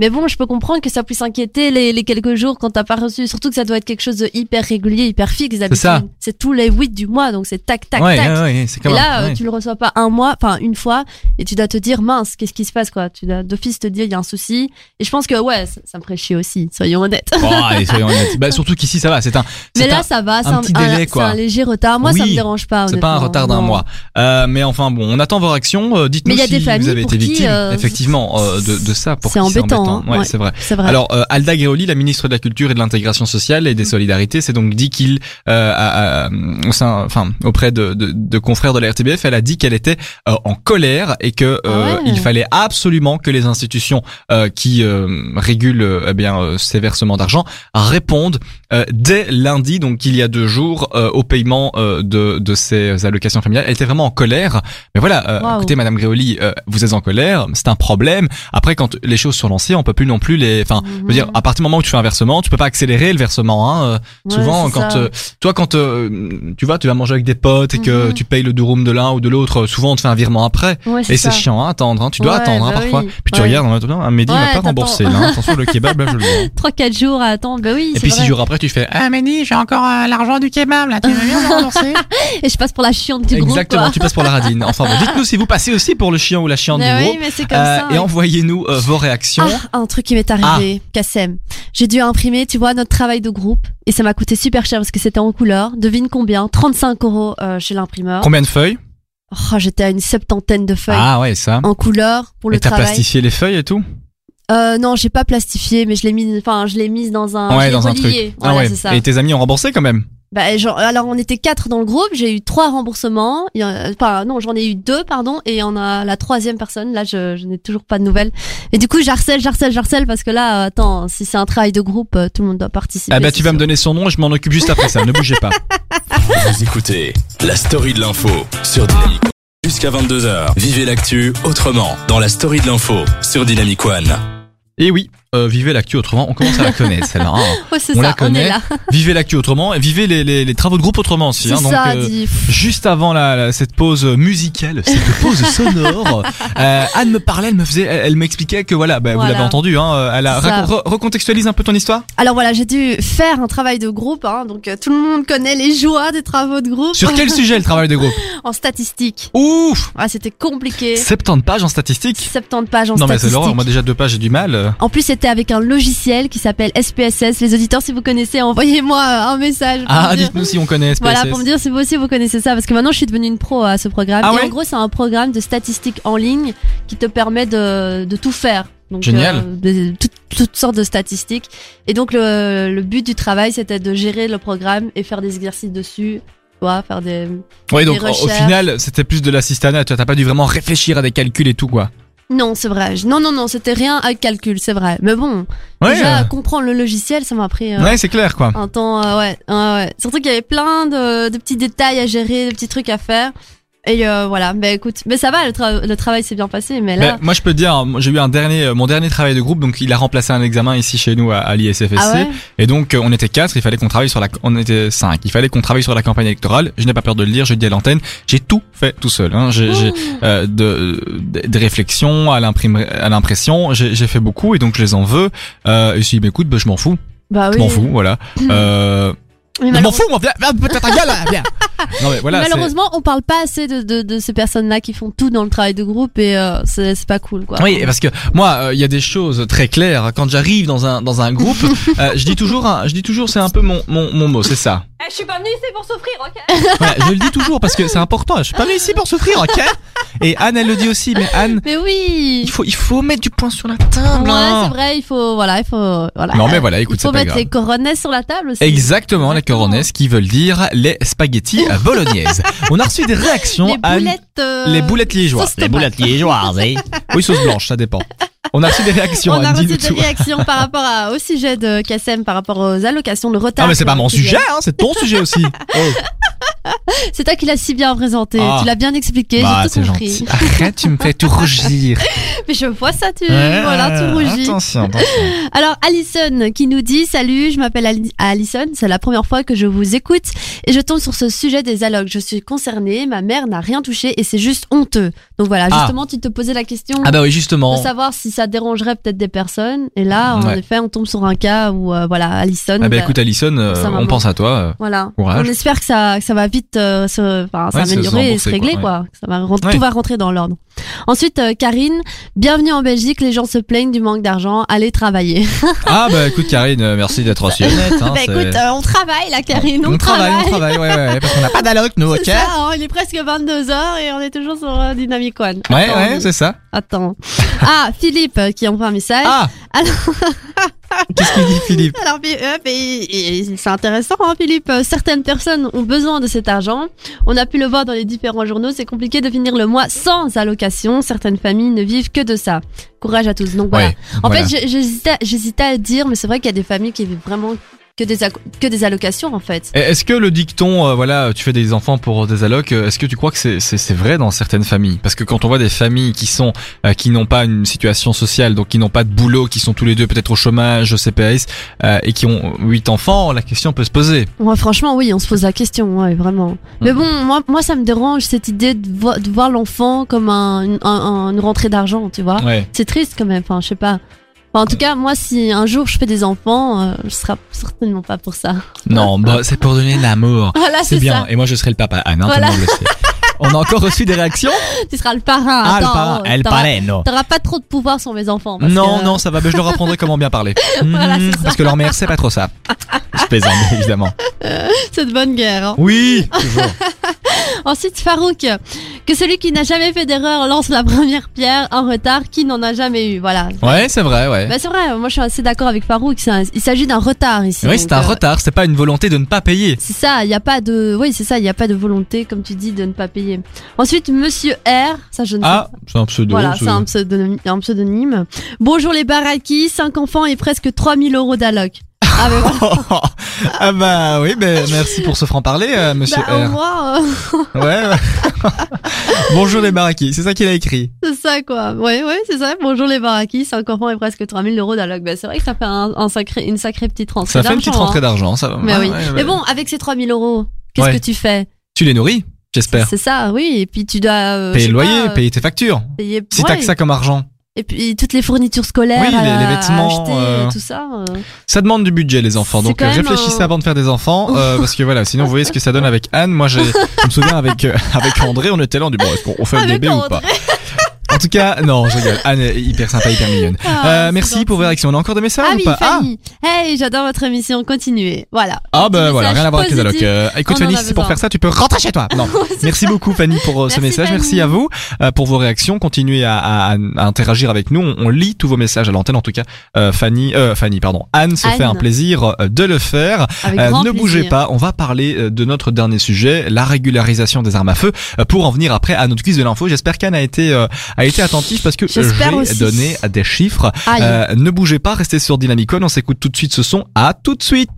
S2: Mais bon, je peux comprendre que ça puisse inquiéter les, les quelques jours quand t'as pas reçu. Surtout que ça doit être quelque chose de hyper régulier, hyper fixe. d'habitude.
S1: ça.
S2: C'est tous les 8 du mois, donc c'est tac, tac,
S1: ouais,
S2: tac.
S1: ouais, ouais, c'est
S2: Et
S1: quand même.
S2: là, euh,
S1: ouais.
S2: tu le reçois pas un mois, enfin une fois, et tu dois te dire mince, qu'est-ce qui se passe quoi Tu dois d'office te dire il y a un souci. Et je pense que ouais, ça, ça me ferait chier aussi. Soyons honnêtes.
S1: Oh, allez, soyons honnêtes. Bah, surtout qu'ici, ça va. C'est un.
S2: Mais
S1: c'est
S2: là,
S1: un-
S2: ça va. C'est
S1: petit délai,
S2: c'est
S1: quoi.
S2: un léger retard. Moi, ça
S1: Oui,
S2: me dérange pas.
S1: C'est pas un
S2: honnêtement,
S1: retard d'un
S2: non.
S1: mois. Euh, mais enfin bon, on attend vos réactions. Euh, Dites-nous
S2: Mais il y a
S1: si
S2: des familles
S1: vous avez
S2: pour
S1: été
S2: qui,
S1: victime,
S2: euh,
S1: effectivement, euh, de, de ça. Pour
S2: c'est
S1: qui
S2: embêtant, hein.
S1: Ouais,
S2: Ouais.
S1: c'est vrai.
S2: C'est vrai.
S1: Alors, euh, Alda Gréoli, la ministre de la Culture et de l'Intégration sociale et des
S2: Mm.
S1: Solidarités, s'est donc dit qu'il, euh, a- a- au sein- enfin, auprès de, de, de confrères de la RTBF, elle a dit qu'elle était euh, en colère et que euh,
S2: Ah ouais.
S1: il fallait absolument que les institutions euh, qui euh, régulent euh, eh bien euh, ces versements d'argent répondent euh, dès lundi, donc il y a deux jours, euh, au paiement euh, de, de ces allocations familiales. Elle était vraiment en colère. Mais voilà, euh,
S2: Waouh.
S1: écoutez, Madame Gréoli, euh, vous êtes en colère, c'est un problème. Après, quand les choses sont lancées, on peut plus non plus les. Enfin, je veux
S2: Mhm.
S1: dire, à partir du moment où tu fais un versement, tu peux pas accélérer le versement. Hein. Euh,
S2: Ouais,
S1: souvent,
S2: c'est
S1: quand
S2: ça.
S1: euh, toi, quand euh, tu vas, tu vas manger avec des potes et que
S2: Mhm.
S1: tu payes le durum de l'un ou de l'autre, souvent on te fait un virement après.
S2: Ouais,
S1: Et c'est
S2: ça.
S1: chiant à attendre. Hein. Tu dois
S2: Ouais,
S1: attendre hein,
S2: bah
S1: parfois.
S2: oui.
S1: Puis tu
S2: Ouais.
S1: regardes, en attendant, un Mehdi
S2: Ouais,
S1: m'a pas
S2: t'attends.
S1: remboursé. Là, hein. Attention, le kebab, là, je le vois. hein.
S2: 3-4 jours à attendre. Ben oui.
S1: Et
S2: c'est
S1: puis
S2: vrai.
S1: six jours après, tu fais ah mais dis, j'ai encore euh, l'argent du kebab là. Tu veux bien me rembourser
S2: Et je passe pour la chiante du groupe.
S1: Exactement.
S2: quoi.
S1: Tu passes pour la radine. Enfin, bon, dites-nous si vous passez aussi pour le chien ou la chiante
S2: Mais
S1: du
S2: oui,
S1: groupe.
S2: mais c'est comme
S1: Euh,
S2: ça.
S1: et envoyez-nous euh, vos réactions.
S2: Ah, un truc qui m'est arrivé,
S1: Ah.
S2: Kassem. J'ai dû imprimer, tu vois, notre travail de groupe. Et ça m'a coûté super cher parce que c'était en couleur. Devine combien 35 euros euh, chez l'imprimeur.
S1: Combien de feuilles
S2: Oh, J'étais à une septantaine de feuilles
S1: Ah ouais, ça.
S2: en couleur pour le
S1: et t'as
S2: travail.
S1: plastifié les feuilles et tout
S2: Euh, non, j'ai pas plastifié, mais je l'ai mise, enfin, je l'ai mise dans un, je
S1: Ouais,
S2: l'ai
S1: dans un truc.
S2: reliée.
S1: ah
S2: Voilà,
S1: ouais.
S2: c'est ça.
S1: Et tes amis ont remboursé quand même.
S2: Bah, genre, alors on était quatre dans le groupe, j'ai eu trois remboursements. Il y en a- Enfin, non, j'en ai eu deux, pardon, et il y en a la troisième personne. Là, je, je n'ai toujours pas de nouvelles. Et du coup, j'harcèle, j'harcèle, j'harcèle parce que là, euh, attends, si c'est un travail de groupe, euh, tout le monde doit participer.
S1: Ah bah
S2: c'est
S1: tu vas me
S2: sûr.
S1: donner son nom et je m'en occupe juste après ça. Ne bougez pas.
S3: Vous écoutez la story de l'info sur Dynamic One. Jusqu'à 22h, vivez l'actu autrement dans la story de l'info sur Dynamic One.
S1: Et oui, euh, vivez l'actu autrement. On commence à la connaître celle-là. hein.
S2: Ouais, c'est
S1: on
S2: ça,
S1: la
S2: on
S1: connaît.
S2: est là.
S1: Vivez l'actu autrement et vivez les, les, les travaux de groupe autrement aussi.
S2: C'est
S1: hein. Donc,
S2: ça,
S1: euh,
S2: dit.
S1: Juste avant la, la- cette pause musicale, cette pause sonore, euh, Anne me parlait, elle me faisait, elle, elle m'expliquait que voilà, bah, vous
S2: Voilà.
S1: l'avez entendu, hein, elle a
S2: C'est ça.
S1: racon- re- recontextualise un peu ton histoire
S2: Alors voilà, j'ai dû faire un travail de groupe, hein, donc euh, tout le monde connaît les joies des travaux de groupe
S1: Sur quel sujet le travail de groupe
S2: en statistique.
S1: Ouf,
S2: Ah, c'était compliqué.
S1: 70 pages en statistiques.
S2: 70 pages en
S1: Non mais c'est
S2: statistique.
S1: l'horreur, moi déjà deux pages j'ai du mal.
S2: En plus, c'était avec un logiciel qui s'appelle SPSS. Les auditeurs, si vous connaissez, envoyez-moi euh, un message. pour
S1: Ah,
S2: me dire-
S1: dites-nous si on connaît SPSS.
S2: Voilà, pour me dire si vous aussi vous connaissez ça, parce que maintenant je suis devenue une pro à ce programme.
S1: Ah
S2: et
S1: ouais
S2: en gros, c'est un programme de statistiques en ligne qui te permet de, de tout faire. Donc,
S1: Génial.
S2: euh, des- toutes, toutes sortes de statistiques. Et donc, le, le but du travail, c'était de gérer le programme et faire des exercices dessus. Tu vois, faire des.
S1: Oui, donc
S2: des
S1: au- au
S2: recherches.
S1: final, c'était plus de l'assistanat, tu vois, t'as pas dû vraiment réfléchir à des calculs et tout quoi.
S2: Non, c'est vrai. Je- Non, non, non, c'était rien à calcul, c'est vrai. Mais bon,
S1: Ouais.
S2: déjà,
S1: euh,
S2: comprendre le logiciel, ça m'a pris. euh,
S1: Ouais, c'est clair quoi.
S2: un temps euh, ouais, ouais, ouais. surtout qu'il y avait plein de, de petits détails à gérer de petits trucs à faire et euh, voilà mais écoute mais ça va le, tra- le travail s'est bien passé mais là
S1: Ben, moi je peux te dire, moi, j'ai eu un dernier, euh, mon dernier travail de groupe, donc il a remplacé un examen ici chez nous à, à l'ISFSC,
S2: ah ouais
S1: et donc euh, on était quatre, il fallait qu'on travaille sur la, on était cinq, il fallait qu'on travaille sur la campagne électorale. Je n'ai pas peur de le dire, je le dis à l'antenne, j'ai tout fait tout seul. Hein. J'ai, j'ai,
S2: Oh.
S1: euh, de, de, de réflexion à, l'imprimerie- à l'impression, j'ai, j'ai fait beaucoup et donc je les en veux. Euh, et je me dit, écoute, ben, je m'en fous,
S2: bah oui
S1: je m'en fous, voilà. Euh,
S2: Mais
S1: je m'en
S2: malheureusement-
S1: fous, moi, viens, viens, peut-être ta gueule, viens. Non mais voilà, c'est-
S2: malheureusement on parle pas assez de, de, de ces personnes là qui font tout dans le travail de groupe et euh, c'est c'est pas cool quoi
S1: Oui, parce que moi, euh, il y a des choses très claires. Quand j'arrive dans un dans un groupe, euh, je dis toujours, un- je dis toujours, c'est un peu mon mon, mon mot, c'est ça.
S5: Eh, je suis pas venue ici pour souffrir, ok
S1: Voilà, je le dis toujours parce que c'est important. Je suis pas venu ici pour souffrir, ok Et Anne, elle le dit aussi, mais Anne,
S2: mais oui
S1: il faut il faut mettre du poing sur la table. hein.
S2: ouais c'est vrai il faut voilà il faut voilà
S1: Non mais voilà,
S2: il
S1: écoute, c'est
S2: faut
S1: pas
S2: mettre
S1: grave.
S2: les coronets sur la table aussi
S1: Exactement, les coronesses qui veulent dire les spaghettis à bolognaise. On a reçu des réactions,
S2: les
S1: Anne.
S2: boulettes euh,
S1: Les boulettes liégeoises.
S2: sauce tomate.
S4: liégeoises, hein.
S1: Oui, sauce blanche, ça dépend. On a reçu des réactions.
S2: On a
S1: Anne,
S2: reçu
S1: dis-nous
S2: des
S1: tout.
S2: réactions par rapport à, au sujet de KSM, par rapport aux allocations de retard.
S1: Ah mais c'est pas mon
S2: qu'il y a.
S1: sujet, hein, c'est ton sujet aussi. Oh.
S2: C'est toi qui l'as si bien présenté.
S1: Ah.
S2: Tu l'as bien expliqué.
S1: Bah,
S2: J'ai tout
S1: c'est
S2: compris.
S1: gentil. Arrête, tu me fais tout rougir.
S2: Mais je vois ça, tu,
S1: Ouais, euh,
S2: voilà, tout rougis.
S1: Attention, attention.
S2: Alors Alison qui nous dit salut, je m'appelle Ali- Alison, c'est la première fois que je vous écoute et je tombe sur ce sujet des allocs. Je suis concernée, ma mère n'a rien touché et c'est juste honteux. Donc voilà,
S1: Ah.
S2: justement tu te posais la question
S1: Ah bah oui, justement.
S2: de savoir si ça dérangerait peut-être des personnes et là en
S1: Ouais.
S2: effet on tombe sur un cas où euh, voilà Alison.
S1: Ah bah
S2: bah,
S1: écoute Alison, euh,
S2: Ça,
S1: on
S2: maman.
S1: pense à toi. euh.
S2: Voilà.
S1: courage.
S2: On espère que ça, que ça va vite euh, se, enfin,
S1: Ouais, se- se
S2: s'améliorer et se
S1: rembourser,
S2: régler
S1: quoi,
S2: quoi. Que Ça va rentrer-
S1: Ouais.
S2: Tout va rentrer dans l'ordre. Ensuite euh, Karine, bienvenue en Belgique. Les gens se plaignent du manque d'argent. Allez travailler.
S1: Ah bah écoute Karine, euh, merci d'être aussi honnête. Hein,
S2: bah
S1: c'est-
S2: écoute, euh, on travaille là, Karine, on,
S1: on travaille,
S2: travaille.
S1: on travaille, ouais, ouais, ouais, parce qu'on n'a pas d'alloc nous, ok
S2: C'est ça, hein, il est presque 22h et on est toujours sur euh, Dynamic One.
S1: Ouais,
S2: Attends,
S1: ouais, c'est ça.
S2: Attends. Ah, Philippe euh, qui envoie un message.
S1: Ah
S2: Alors-
S1: Qu'est-ce qu'il dit Philippe
S2: Alors, Philippe, euh, mais il- il- c'est intéressant, hein, Philippe. Euh, Certaines personnes ont besoin de cet argent. On a pu le voir dans les différents journaux. C'est compliqué de finir le mois sans allocation. Certaines familles ne vivent que de ça. Courage à tous. Donc voilà.
S1: Ouais,
S2: En
S1: voilà.
S2: fait, j'ai- j'hésitais j'hésitais à le dire, mais c'est vrai qu'il y a des familles qui vivent vraiment que des, acco- que des allocations, en fait.
S1: Et Est-ce que le dicton, euh, voilà, tu fais des enfants pour des allocs, euh, est-ce que tu crois que c'est, c'est, c'est vrai dans certaines familles Parce que quand on voit des familles qui sont, euh, qui n'ont pas une situation sociale, donc qui n'ont pas de boulot, qui sont tous les deux peut-être au chômage, au CPS, euh, et qui ont huit enfants, la question peut se poser.
S2: Ouais, franchement, oui, on se pose la question, ouais, vraiment. Mais
S1: Mhm.
S2: bon, moi, moi, ça me dérange cette idée de, vo- de voir l'enfant comme un, une- un- un- une rentrée d'argent, tu vois.
S1: Ouais.
S2: C'est triste quand même, enfin, je sais pas. Enfin, en tout cas, moi, si un jour je fais des enfants, euh, je serai certainement pas pour ça.
S1: Non, bah, c'est pour donner de l'amour. C'est
S2: Voilà, Ah. c'est
S1: bien.
S2: ça.
S1: Et moi, je serai le papa. Ah non,
S2: Voilà.
S1: tout le monde le sait. On a encore reçu des réactions
S2: Tu seras le parrain.
S1: Ah, le
S2: attends,
S1: parrain,
S2: euh,
S1: elle
S2: t'auras-
S4: paraît, non.
S2: T'auras pas trop de pouvoir sur mes enfants. parce
S1: Non,
S2: que- euh,
S1: non, ça va, mais je leur apprendrai comment bien parler.
S2: Voilà,
S1: Hmm,
S2: c'est ça.
S1: parce que leur mère, c'est pas trop ça. Je plaisante, évidemment.
S2: C'est de bonne guerre. hein.
S1: Oui, toujours.
S2: Ensuite, Farouk, que celui qui n'a jamais fait d'erreur lance la première pierre en retard, qui n'en a jamais eu. Voilà.
S1: Ouais, c'est vrai, ouais.
S2: Bah, c'est vrai, moi je suis assez d'accord avec Farouk, c'est un- il s'agit d'un retard ici.
S1: Oui,
S2: donc,
S1: c'est un
S2: euh,
S1: retard, c'est pas une volonté de ne pas payer.
S2: C'est ça, il n'y a pas de, oui, c'est ça, il n'y a pas de volonté, comme tu dis, de ne pas payer. Ensuite, Monsieur R, ça je ne sais
S1: Ah, c'est un pseudo.
S2: Voilà,
S1: ce-
S2: c'est un pseudonyme, un pseudonyme. Bonjour les Baraki, 5 enfants et presque 3000 euros d'alloc. Ah, mais voilà,
S1: ah bah oui, ben merci pour ce franc-parler, euh, monsieur
S2: bah, au
S1: R.
S2: moins, euh,
S1: Ouais, ouais. Bonjour les barakis, c'est ça qu'il a écrit.
S2: c'est ça quoi. Ouais, ouais, c'est ça. Bonjour les Baraki, 5 enfants et presque 3000 euros d'alloc. Bah, c'est vrai que ça fait un, un sacré, une sacrée petite rentrée.
S1: Ça fait une petite
S2: d'argent,
S1: rentrée
S2: hein.
S1: d'argent, ça va.
S2: Mais
S1: Ouais,
S2: oui.
S1: ouais, ouais.
S2: Mais bon, avec ces 3000 euros, qu'est-ce
S1: Ouais.
S2: que tu fais?
S1: Tu les nourris, j'espère.
S2: C'est ça, oui. Et puis tu dois euh, je
S1: Payer
S2: sais
S1: le loyer,
S2: pas, euh,
S1: payer tes factures.
S2: payer.
S1: Si t'as
S2: ouais.
S1: que ça comme argent.
S2: Et puis toutes les fournitures scolaires,
S1: Oui, les-
S2: à-
S1: les
S2: à
S1: vêtements,
S2: acheter,
S1: euh,
S2: tout ça. euh.
S1: Ça demande du budget les enfants,
S2: C'est
S1: donc
S2: quand
S1: euh,
S2: même
S1: réfléchissez
S2: un-
S1: avant de faire des enfants, euh, parce que voilà, sinon vous voyez ce que ça donne avec Anne. Moi, j'ai, je me souviens avec euh, avec André, on était là, on dit bon, est-ce qu'on on fait le
S2: Avec
S1: bébé ou
S2: Ah, André.
S1: pas En tout cas, non, je rigole. Anne est hyper sympa, hyper mignonne.
S2: Ah,
S1: euh,
S2: c'est
S1: merci
S2: gentil.
S1: pour vos réactions. On a encore des messages
S2: Ah
S1: ou
S2: oui,
S1: pas Ah,
S2: Fanny. Hey, j'adore votre émission. Continuez. Voilà.
S1: Ah bah
S2: Petit
S1: voilà,
S2: message
S1: rien à voir avec les allocs.
S2: positif.
S1: Euh, écoute
S2: On en
S1: Fanny,
S2: a
S1: si c'est pour
S2: besoin.
S1: faire ça, tu peux rentrer chez toi. Non. Merci beaucoup Fanny pour euh, ce
S2: Merci,
S1: message. Merci
S2: Fanny.
S1: à vous euh, pour vos réactions. Continuez à, à- à interagir avec nous. On, on lit tous vos messages à l'antenne en tout cas. Euh, Fanny, euh, Fanny, pardon. Anne se
S2: Anne.
S1: fait un plaisir euh, de le faire.
S2: Avec
S1: Euh,
S2: grand
S1: ne bougez
S2: plaisir.
S1: pas, on va parler euh, de notre dernier sujet, la régularisation des armes à feu, euh, pour en venir après à notre quiz de l'info. J'espère qu'Anne a été euh, a été attentive parce que
S2: J'espère
S1: j'ai
S2: aussi.
S1: donné des chiffres.
S2: Aïe.
S1: Euh, ne bougez pas, restez sur Dynamicon. On s'écoute tout de suite ce son. À tout de suite.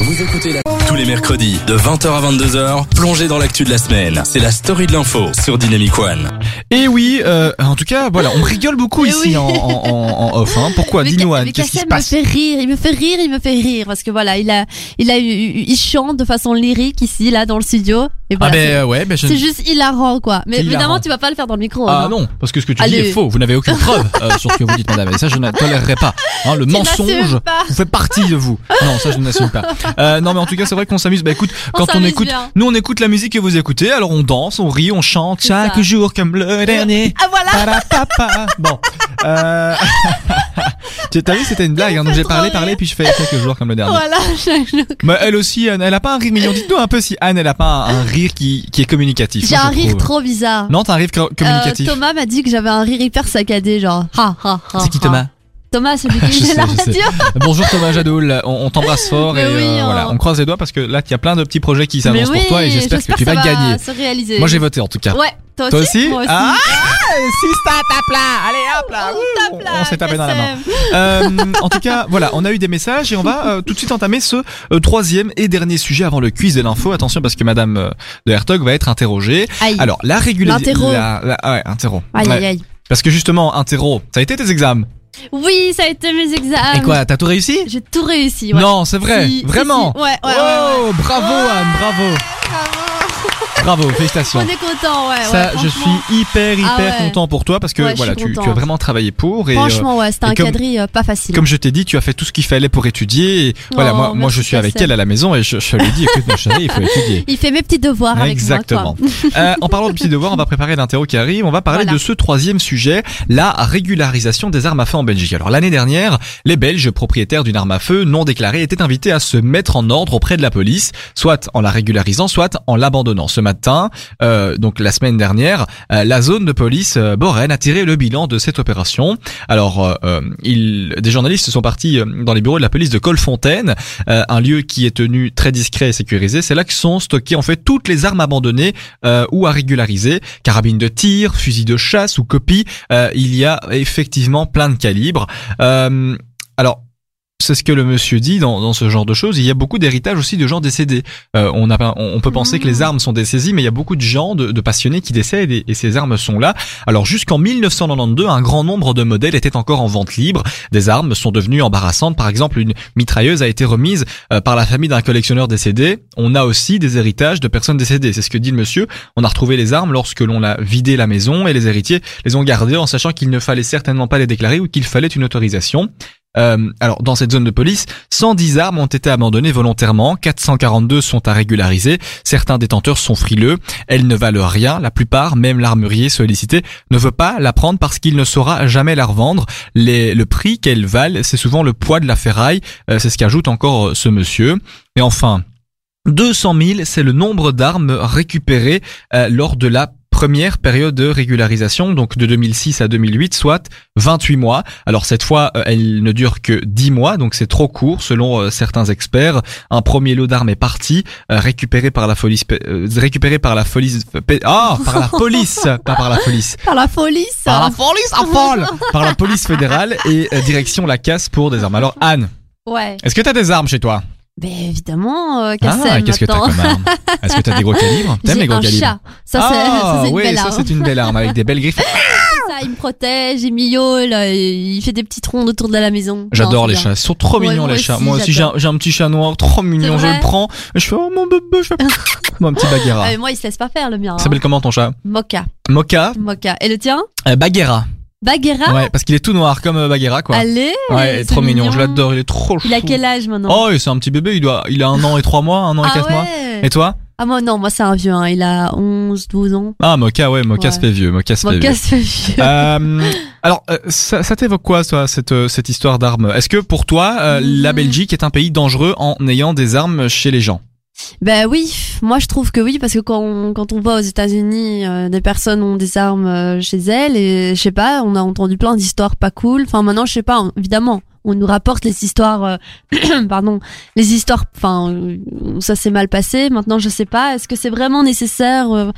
S3: Vous écoutez la... tous les mercredis de 20h à 22h, plongez dans l'actu de la semaine. C'est la story de l'info sur Dynamic One.
S1: Et oui, euh, en tout cas, voilà, on rigole beaucoup
S2: Eh
S1: ici
S2: oui.
S1: en, en, en- en off. Hein. Pourquoi
S2: Mais
S1: Dis-nous,
S2: Ka-
S1: Anne,
S2: mais
S1: qu'est-ce qui se
S2: Kassem me
S1: passe
S2: fait rire, il me fait rire, il me fait rire parce que voilà, il a, il a eu, eu- il chante de façon lyrique ici là dans le studio
S1: Ah
S2: et voilà.
S1: ben
S2: c'est-
S1: euh, ouais, ben je.
S2: c'est juste hilarant quoi. Mais
S1: Hilarant.
S2: évidemment, tu vas pas le faire dans le micro.
S1: Ah
S2: hein.
S1: non, parce que ce que tu dis
S2: Allez.
S1: est faux. Vous n'avez aucune preuve euh, sur ce que vous dites, madame. Et ça, je ne tolérerai pas. Hein, le
S2: Tu
S1: mensonge.
S2: n'assumes pas.
S1: Vous fait partie de vous. Non, ça je n'assume pas. Euh, non, mais en tout cas, c'est vrai qu'on s'amuse. Bah écoute,
S2: On
S1: quand on
S2: s'amuse
S1: écoute,
S2: bien.
S1: nous on écoute la musique que vous écoutez, alors on danse, on rit, on chante
S2: C'est
S1: chaque
S2: ça.
S1: jour comme le dernier.
S2: Ah voilà.
S1: Parapapa. Bon. Euh... tu- T'as vu, c'était une blague. Hein, donc
S2: fait
S1: j'ai
S2: trop
S1: parlé,
S2: rire.
S1: parlé, puis je fais quelques jours comme le dernier.
S2: Voilà. je-
S1: Mais elle aussi, Anne, elle a pas un rire mignon. Dites-nous un peu si Anne, elle a pas un, un rire qui, qui est communicatif.
S2: J'ai
S1: moi,
S2: un
S1: je
S2: rire
S1: trouve.
S2: trop bizarre.
S1: Non, t'as un rire co-
S2: Euh,
S1: communicatif.
S2: Thomas m'a dit que j'avais un rire hyper saccadé, genre ha ha ha.
S1: C'est qui
S2: ha.
S1: Thomas
S2: Thomas, celui
S1: Je
S2: qui fait la
S1: sais, je sais.
S2: radio.
S1: Bonjour Thomas Jadoul, on, on t'embrasse fort et
S2: Mais oui,
S1: euh,
S2: hein.
S1: voilà, on croise les doigts parce que là, il y a plein de petits projets qui
S2: Mais
S1: s'annoncent
S2: oui,
S1: pour toi et j'espère que tu
S2: ça
S1: vas
S2: va
S1: gagner.
S2: Se réaliser.
S1: Moi j'ai voté en tout cas.
S2: Ouais, toi,
S1: Toi aussi
S2: Moi aussi.
S1: Ah Sista, tape là Allez, hop là Ouh, on- On s'est tapé dans la main.
S2: KSM.
S1: Euh, en tout cas, voilà, on a eu des messages et on va euh, tout de suite entamer ce euh, troisième et dernier sujet avant le quiz de l'info. Attention parce que Madame euh, de Hertog va être interrogée.
S2: Aïe.
S1: Alors, la régularité...
S2: L'interro.
S1: La, la- ouais, interro.
S2: Aïe,
S1: Ouais.
S2: aïe, aïe.
S1: Parce que justement, interro, ça a été tes examens
S2: Oui, ça a été mes examens.
S1: Et quoi, t'as tout réussi
S2: Ah J'ai tout réussi. Ouais.
S1: Non, c'est vrai,
S2: Si, si,
S1: vraiment
S2: si. Ouais, ouais, ouais, ouais.
S1: Wow, bravo Anne, bravo Bravo, félicitations
S2: On est content, ouais.
S1: Ça,
S2: ouais,
S1: je
S2: franchement.
S1: suis hyper hyper
S2: Ah ouais.
S1: content pour toi parce que
S2: Ouais, je
S1: voilà,
S2: suis
S1: tu, tu
S2: content.
S1: as vraiment travaillé pour et euh,
S2: Franchement, ouais, c'était
S1: et
S2: un
S1: comme-
S2: quadrille euh, pas facile.
S1: comme je t'ai dit, tu as fait tout ce qu'il fallait pour étudier. Et voilà,
S2: Oh,
S1: moi, moi,
S2: merci,
S1: je suis avec
S2: Cassel.
S1: elle à la maison et je, je lui ai dit, écoute, mon chéri, il faut étudier.
S2: Il fait mes petits devoirs avec
S1: Exactement.
S2: moi.
S1: Euh, en parlant de petits devoirs, on va préparer l'interro qui arrive. On va parler
S2: Voilà.
S1: de ce troisième sujet, la régularisation des armes à feu en Belgique. Alors l'année dernière, les Belges propriétaires d'une arme à feu non déclarée étaient invités à se mettre en ordre auprès de la police, soit en la régularisant, soit en l'abandonnant. Ce matin, euh, donc la semaine dernière, euh, la zone de police euh, Borène a tiré le bilan de cette opération. Alors, euh, euh, il- des journalistes sont partis euh, dans les bureaux de la police de Colfontaine, euh, un lieu qui est tenu très discret et sécurisé. C'est là que sont stockées en fait toutes les armes abandonnées euh, ou à régulariser. Carabines de tir, fusils de chasse ou copie, euh, il y a effectivement plein de calibres. Euh, alors. C'est ce que le monsieur dit dans, dans ce genre de choses. Il y a beaucoup d'héritage aussi de gens décédés. Euh, on, a, pas- on, on peut penser que les armes sont dessaisies, mais il y a beaucoup de gens, de, de passionnés qui décèdent et, et ces armes sont là. Alors jusqu'en 1992, un grand nombre de modèles étaient encore en vente libre. Des armes sont devenues embarrassantes. Par exemple, une mitrailleuse a été remise euh, par la famille d'un collectionneur décédé. On a aussi des héritages de personnes décédées. C'est ce que dit le monsieur. On a retrouvé les armes lorsque l'on a vidé la maison et les héritiers les ont gardées en sachant qu'il ne fallait certainement pas les déclarer ou qu'il fallait une autorisation. Euh, alors dans cette zone de police, 110 armes ont été abandonnées volontairement, 442 sont à régulariser, certains détenteurs sont frileux, elles ne valent rien, la plupart, même l'armurier sollicité, ne veut pas la prendre parce qu'il ne saura jamais la revendre. Les- le prix qu'elles valent, c'est souvent le poids de la ferraille, Euh, c'est ce qu'ajoute encore euh, ce monsieur. Et enfin, 200 000, c'est le nombre d'armes récupérées euh, lors de la première période de régularisation, donc de 2006 à 2008, soit 28 mois. Alors cette fois, euh, elle ne dure que 10 mois, donc c'est trop court selon euh, certains experts. Un premier lot d'armes est parti, euh, récupéré par la police, euh, récupéré par la police, ah, par la police, pas par la police.
S2: Par la folie,
S1: Par
S2: ça.
S1: la police, en folle Par la police fédérale et euh, direction la casse pour des armes. Alors Anne,
S2: Ouais.
S1: est-ce que t'as des armes chez toi
S2: Ben évidemment, euh,
S1: Ah,
S2: Kassem,
S1: qu'est-ce que t'as
S2: maintenant.
S1: comme arme Est-ce que t'as des gros calibres T'aimes les
S2: J'ai
S1: gros
S2: un
S1: calibres
S2: chat. Ça, c'est ça,
S1: Ah
S2: c'est une
S1: oui,
S2: belle
S1: ça
S2: arme.
S1: c'est une belle arme avec des belles griffes.
S2: Ça, il me protège, il miaule, euh, il fait des petites rondes autour de la maison.
S1: J'adore
S2: Non,
S1: les
S2: c'est bien.
S1: chats, ils sont trop
S2: Ouais,
S1: mignons
S2: moi
S1: les chats.
S2: aussi,
S1: Moi aussi j'ai un, j'ai un petit chat noir, trop mignon, je
S2: vrai
S1: le prends. Et je fais oh mon bébé, je fais mon petit
S2: Ah,
S1: Bagheera.
S2: mais moi, il se laisse pas faire le mien.
S1: Il
S2: hein.
S1: s'appelle comment ton chat
S2: Mocha,
S1: Mocha
S2: Mocha. Et le tien
S1: euh, Bagheera.
S2: Bagheera
S1: Ouais, parce qu'il est tout noir comme euh, Bagheera quoi.
S2: Allez
S1: ouais,
S2: Ah. c'est
S1: trop mignon, je l'adore, il est trop chou.
S2: Il a quel âge maintenant
S1: Oh, et c'est un petit bébé, il doit il a un an et trois mois, un an et
S2: Ah
S1: quatre mois.
S2: ouais
S1: Et toi
S2: Ah moi non, moi c'est un vieux, hein. il a 11, 12 ans.
S1: Ah, Mocha, ouais, Mocha
S2: Ouais.
S1: se fait vieux, Mocha se fait
S2: Mocha
S1: vieux.
S2: se fait vieux.
S1: Euh, alors, euh, ça, ça t'évoque quoi, toi, cette, euh, cette histoire d'armes Est-ce que pour toi, euh,
S2: Mhm.
S1: la Belgique est un pays dangereux en ayant des armes chez les gens
S2: Ben oui, moi je trouve que oui, parce que quand on, quand on voit aux États-Unis, euh, des personnes ont des armes euh, chez elles, et je sais pas, on a entendu plein d'histoires pas cool. Enfin maintenant, je sais pas, on- évidemment, on nous rapporte les histoires, euh, pardon, les histoires, enfin, euh, où ça s'est mal passé. Maintenant, je sais pas, est-ce que c'est vraiment nécessaire euh,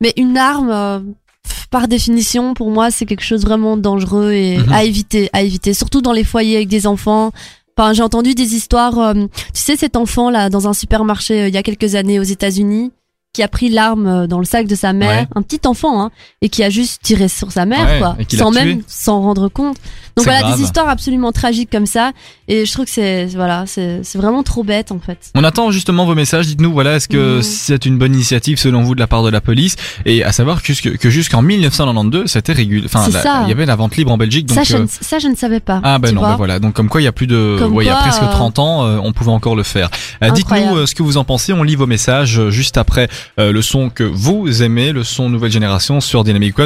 S2: Mais une arme, euh, pff, par définition, pour moi, c'est quelque chose vraiment dangereux et
S1: Mhm.
S2: à éviter, à éviter, surtout dans les foyers avec des enfants. Enfin, j'ai entendu des histoires. euh, tu sais, cet enfant là, dans un supermarché euh, il y a quelques années aux États-Unis, qui a pris l'arme euh, dans le sac de sa mère,
S1: Ouais.
S2: un petit enfant, hein, et qui a juste tiré sur sa mère,
S1: Ouais,
S2: quoi,
S1: et qui l'a
S2: sans
S1: tué.
S2: même s'en rendre compte.
S1: C'est
S2: Donc voilà,
S1: grave.
S2: des histoires absolument tragiques comme ça, et je trouve que c'est voilà, c'est c'est vraiment trop bête en fait.
S1: On attend justement vos messages, dites-nous, voilà, est-ce que
S2: Mhm.
S1: c'est une bonne initiative selon vous de la part de la police Et à savoir que, jusque- que jusqu'en 1992, c'était régulé. Enfin,
S2: C'est
S1: la-
S2: ça.
S1: il y avait la vente libre en Belgique, donc...
S2: ça, je
S1: euh,
S2: ne, ça, je ne savais pas.
S1: Ah ben
S2: tu
S1: non,
S2: vois.
S1: ben voilà. Donc comme quoi il y a plus de
S2: Comme
S1: ouais, il y a
S2: quoi,
S1: presque
S2: euh,
S1: 30 ans, euh, on pouvait encore le faire. Euh, Dites-nous
S2: Incroyable.
S1: euh, ce que vous en pensez, on lit vos messages euh, juste après euh, le son que vous aimez, le son nouvelle génération sur Dynamic One.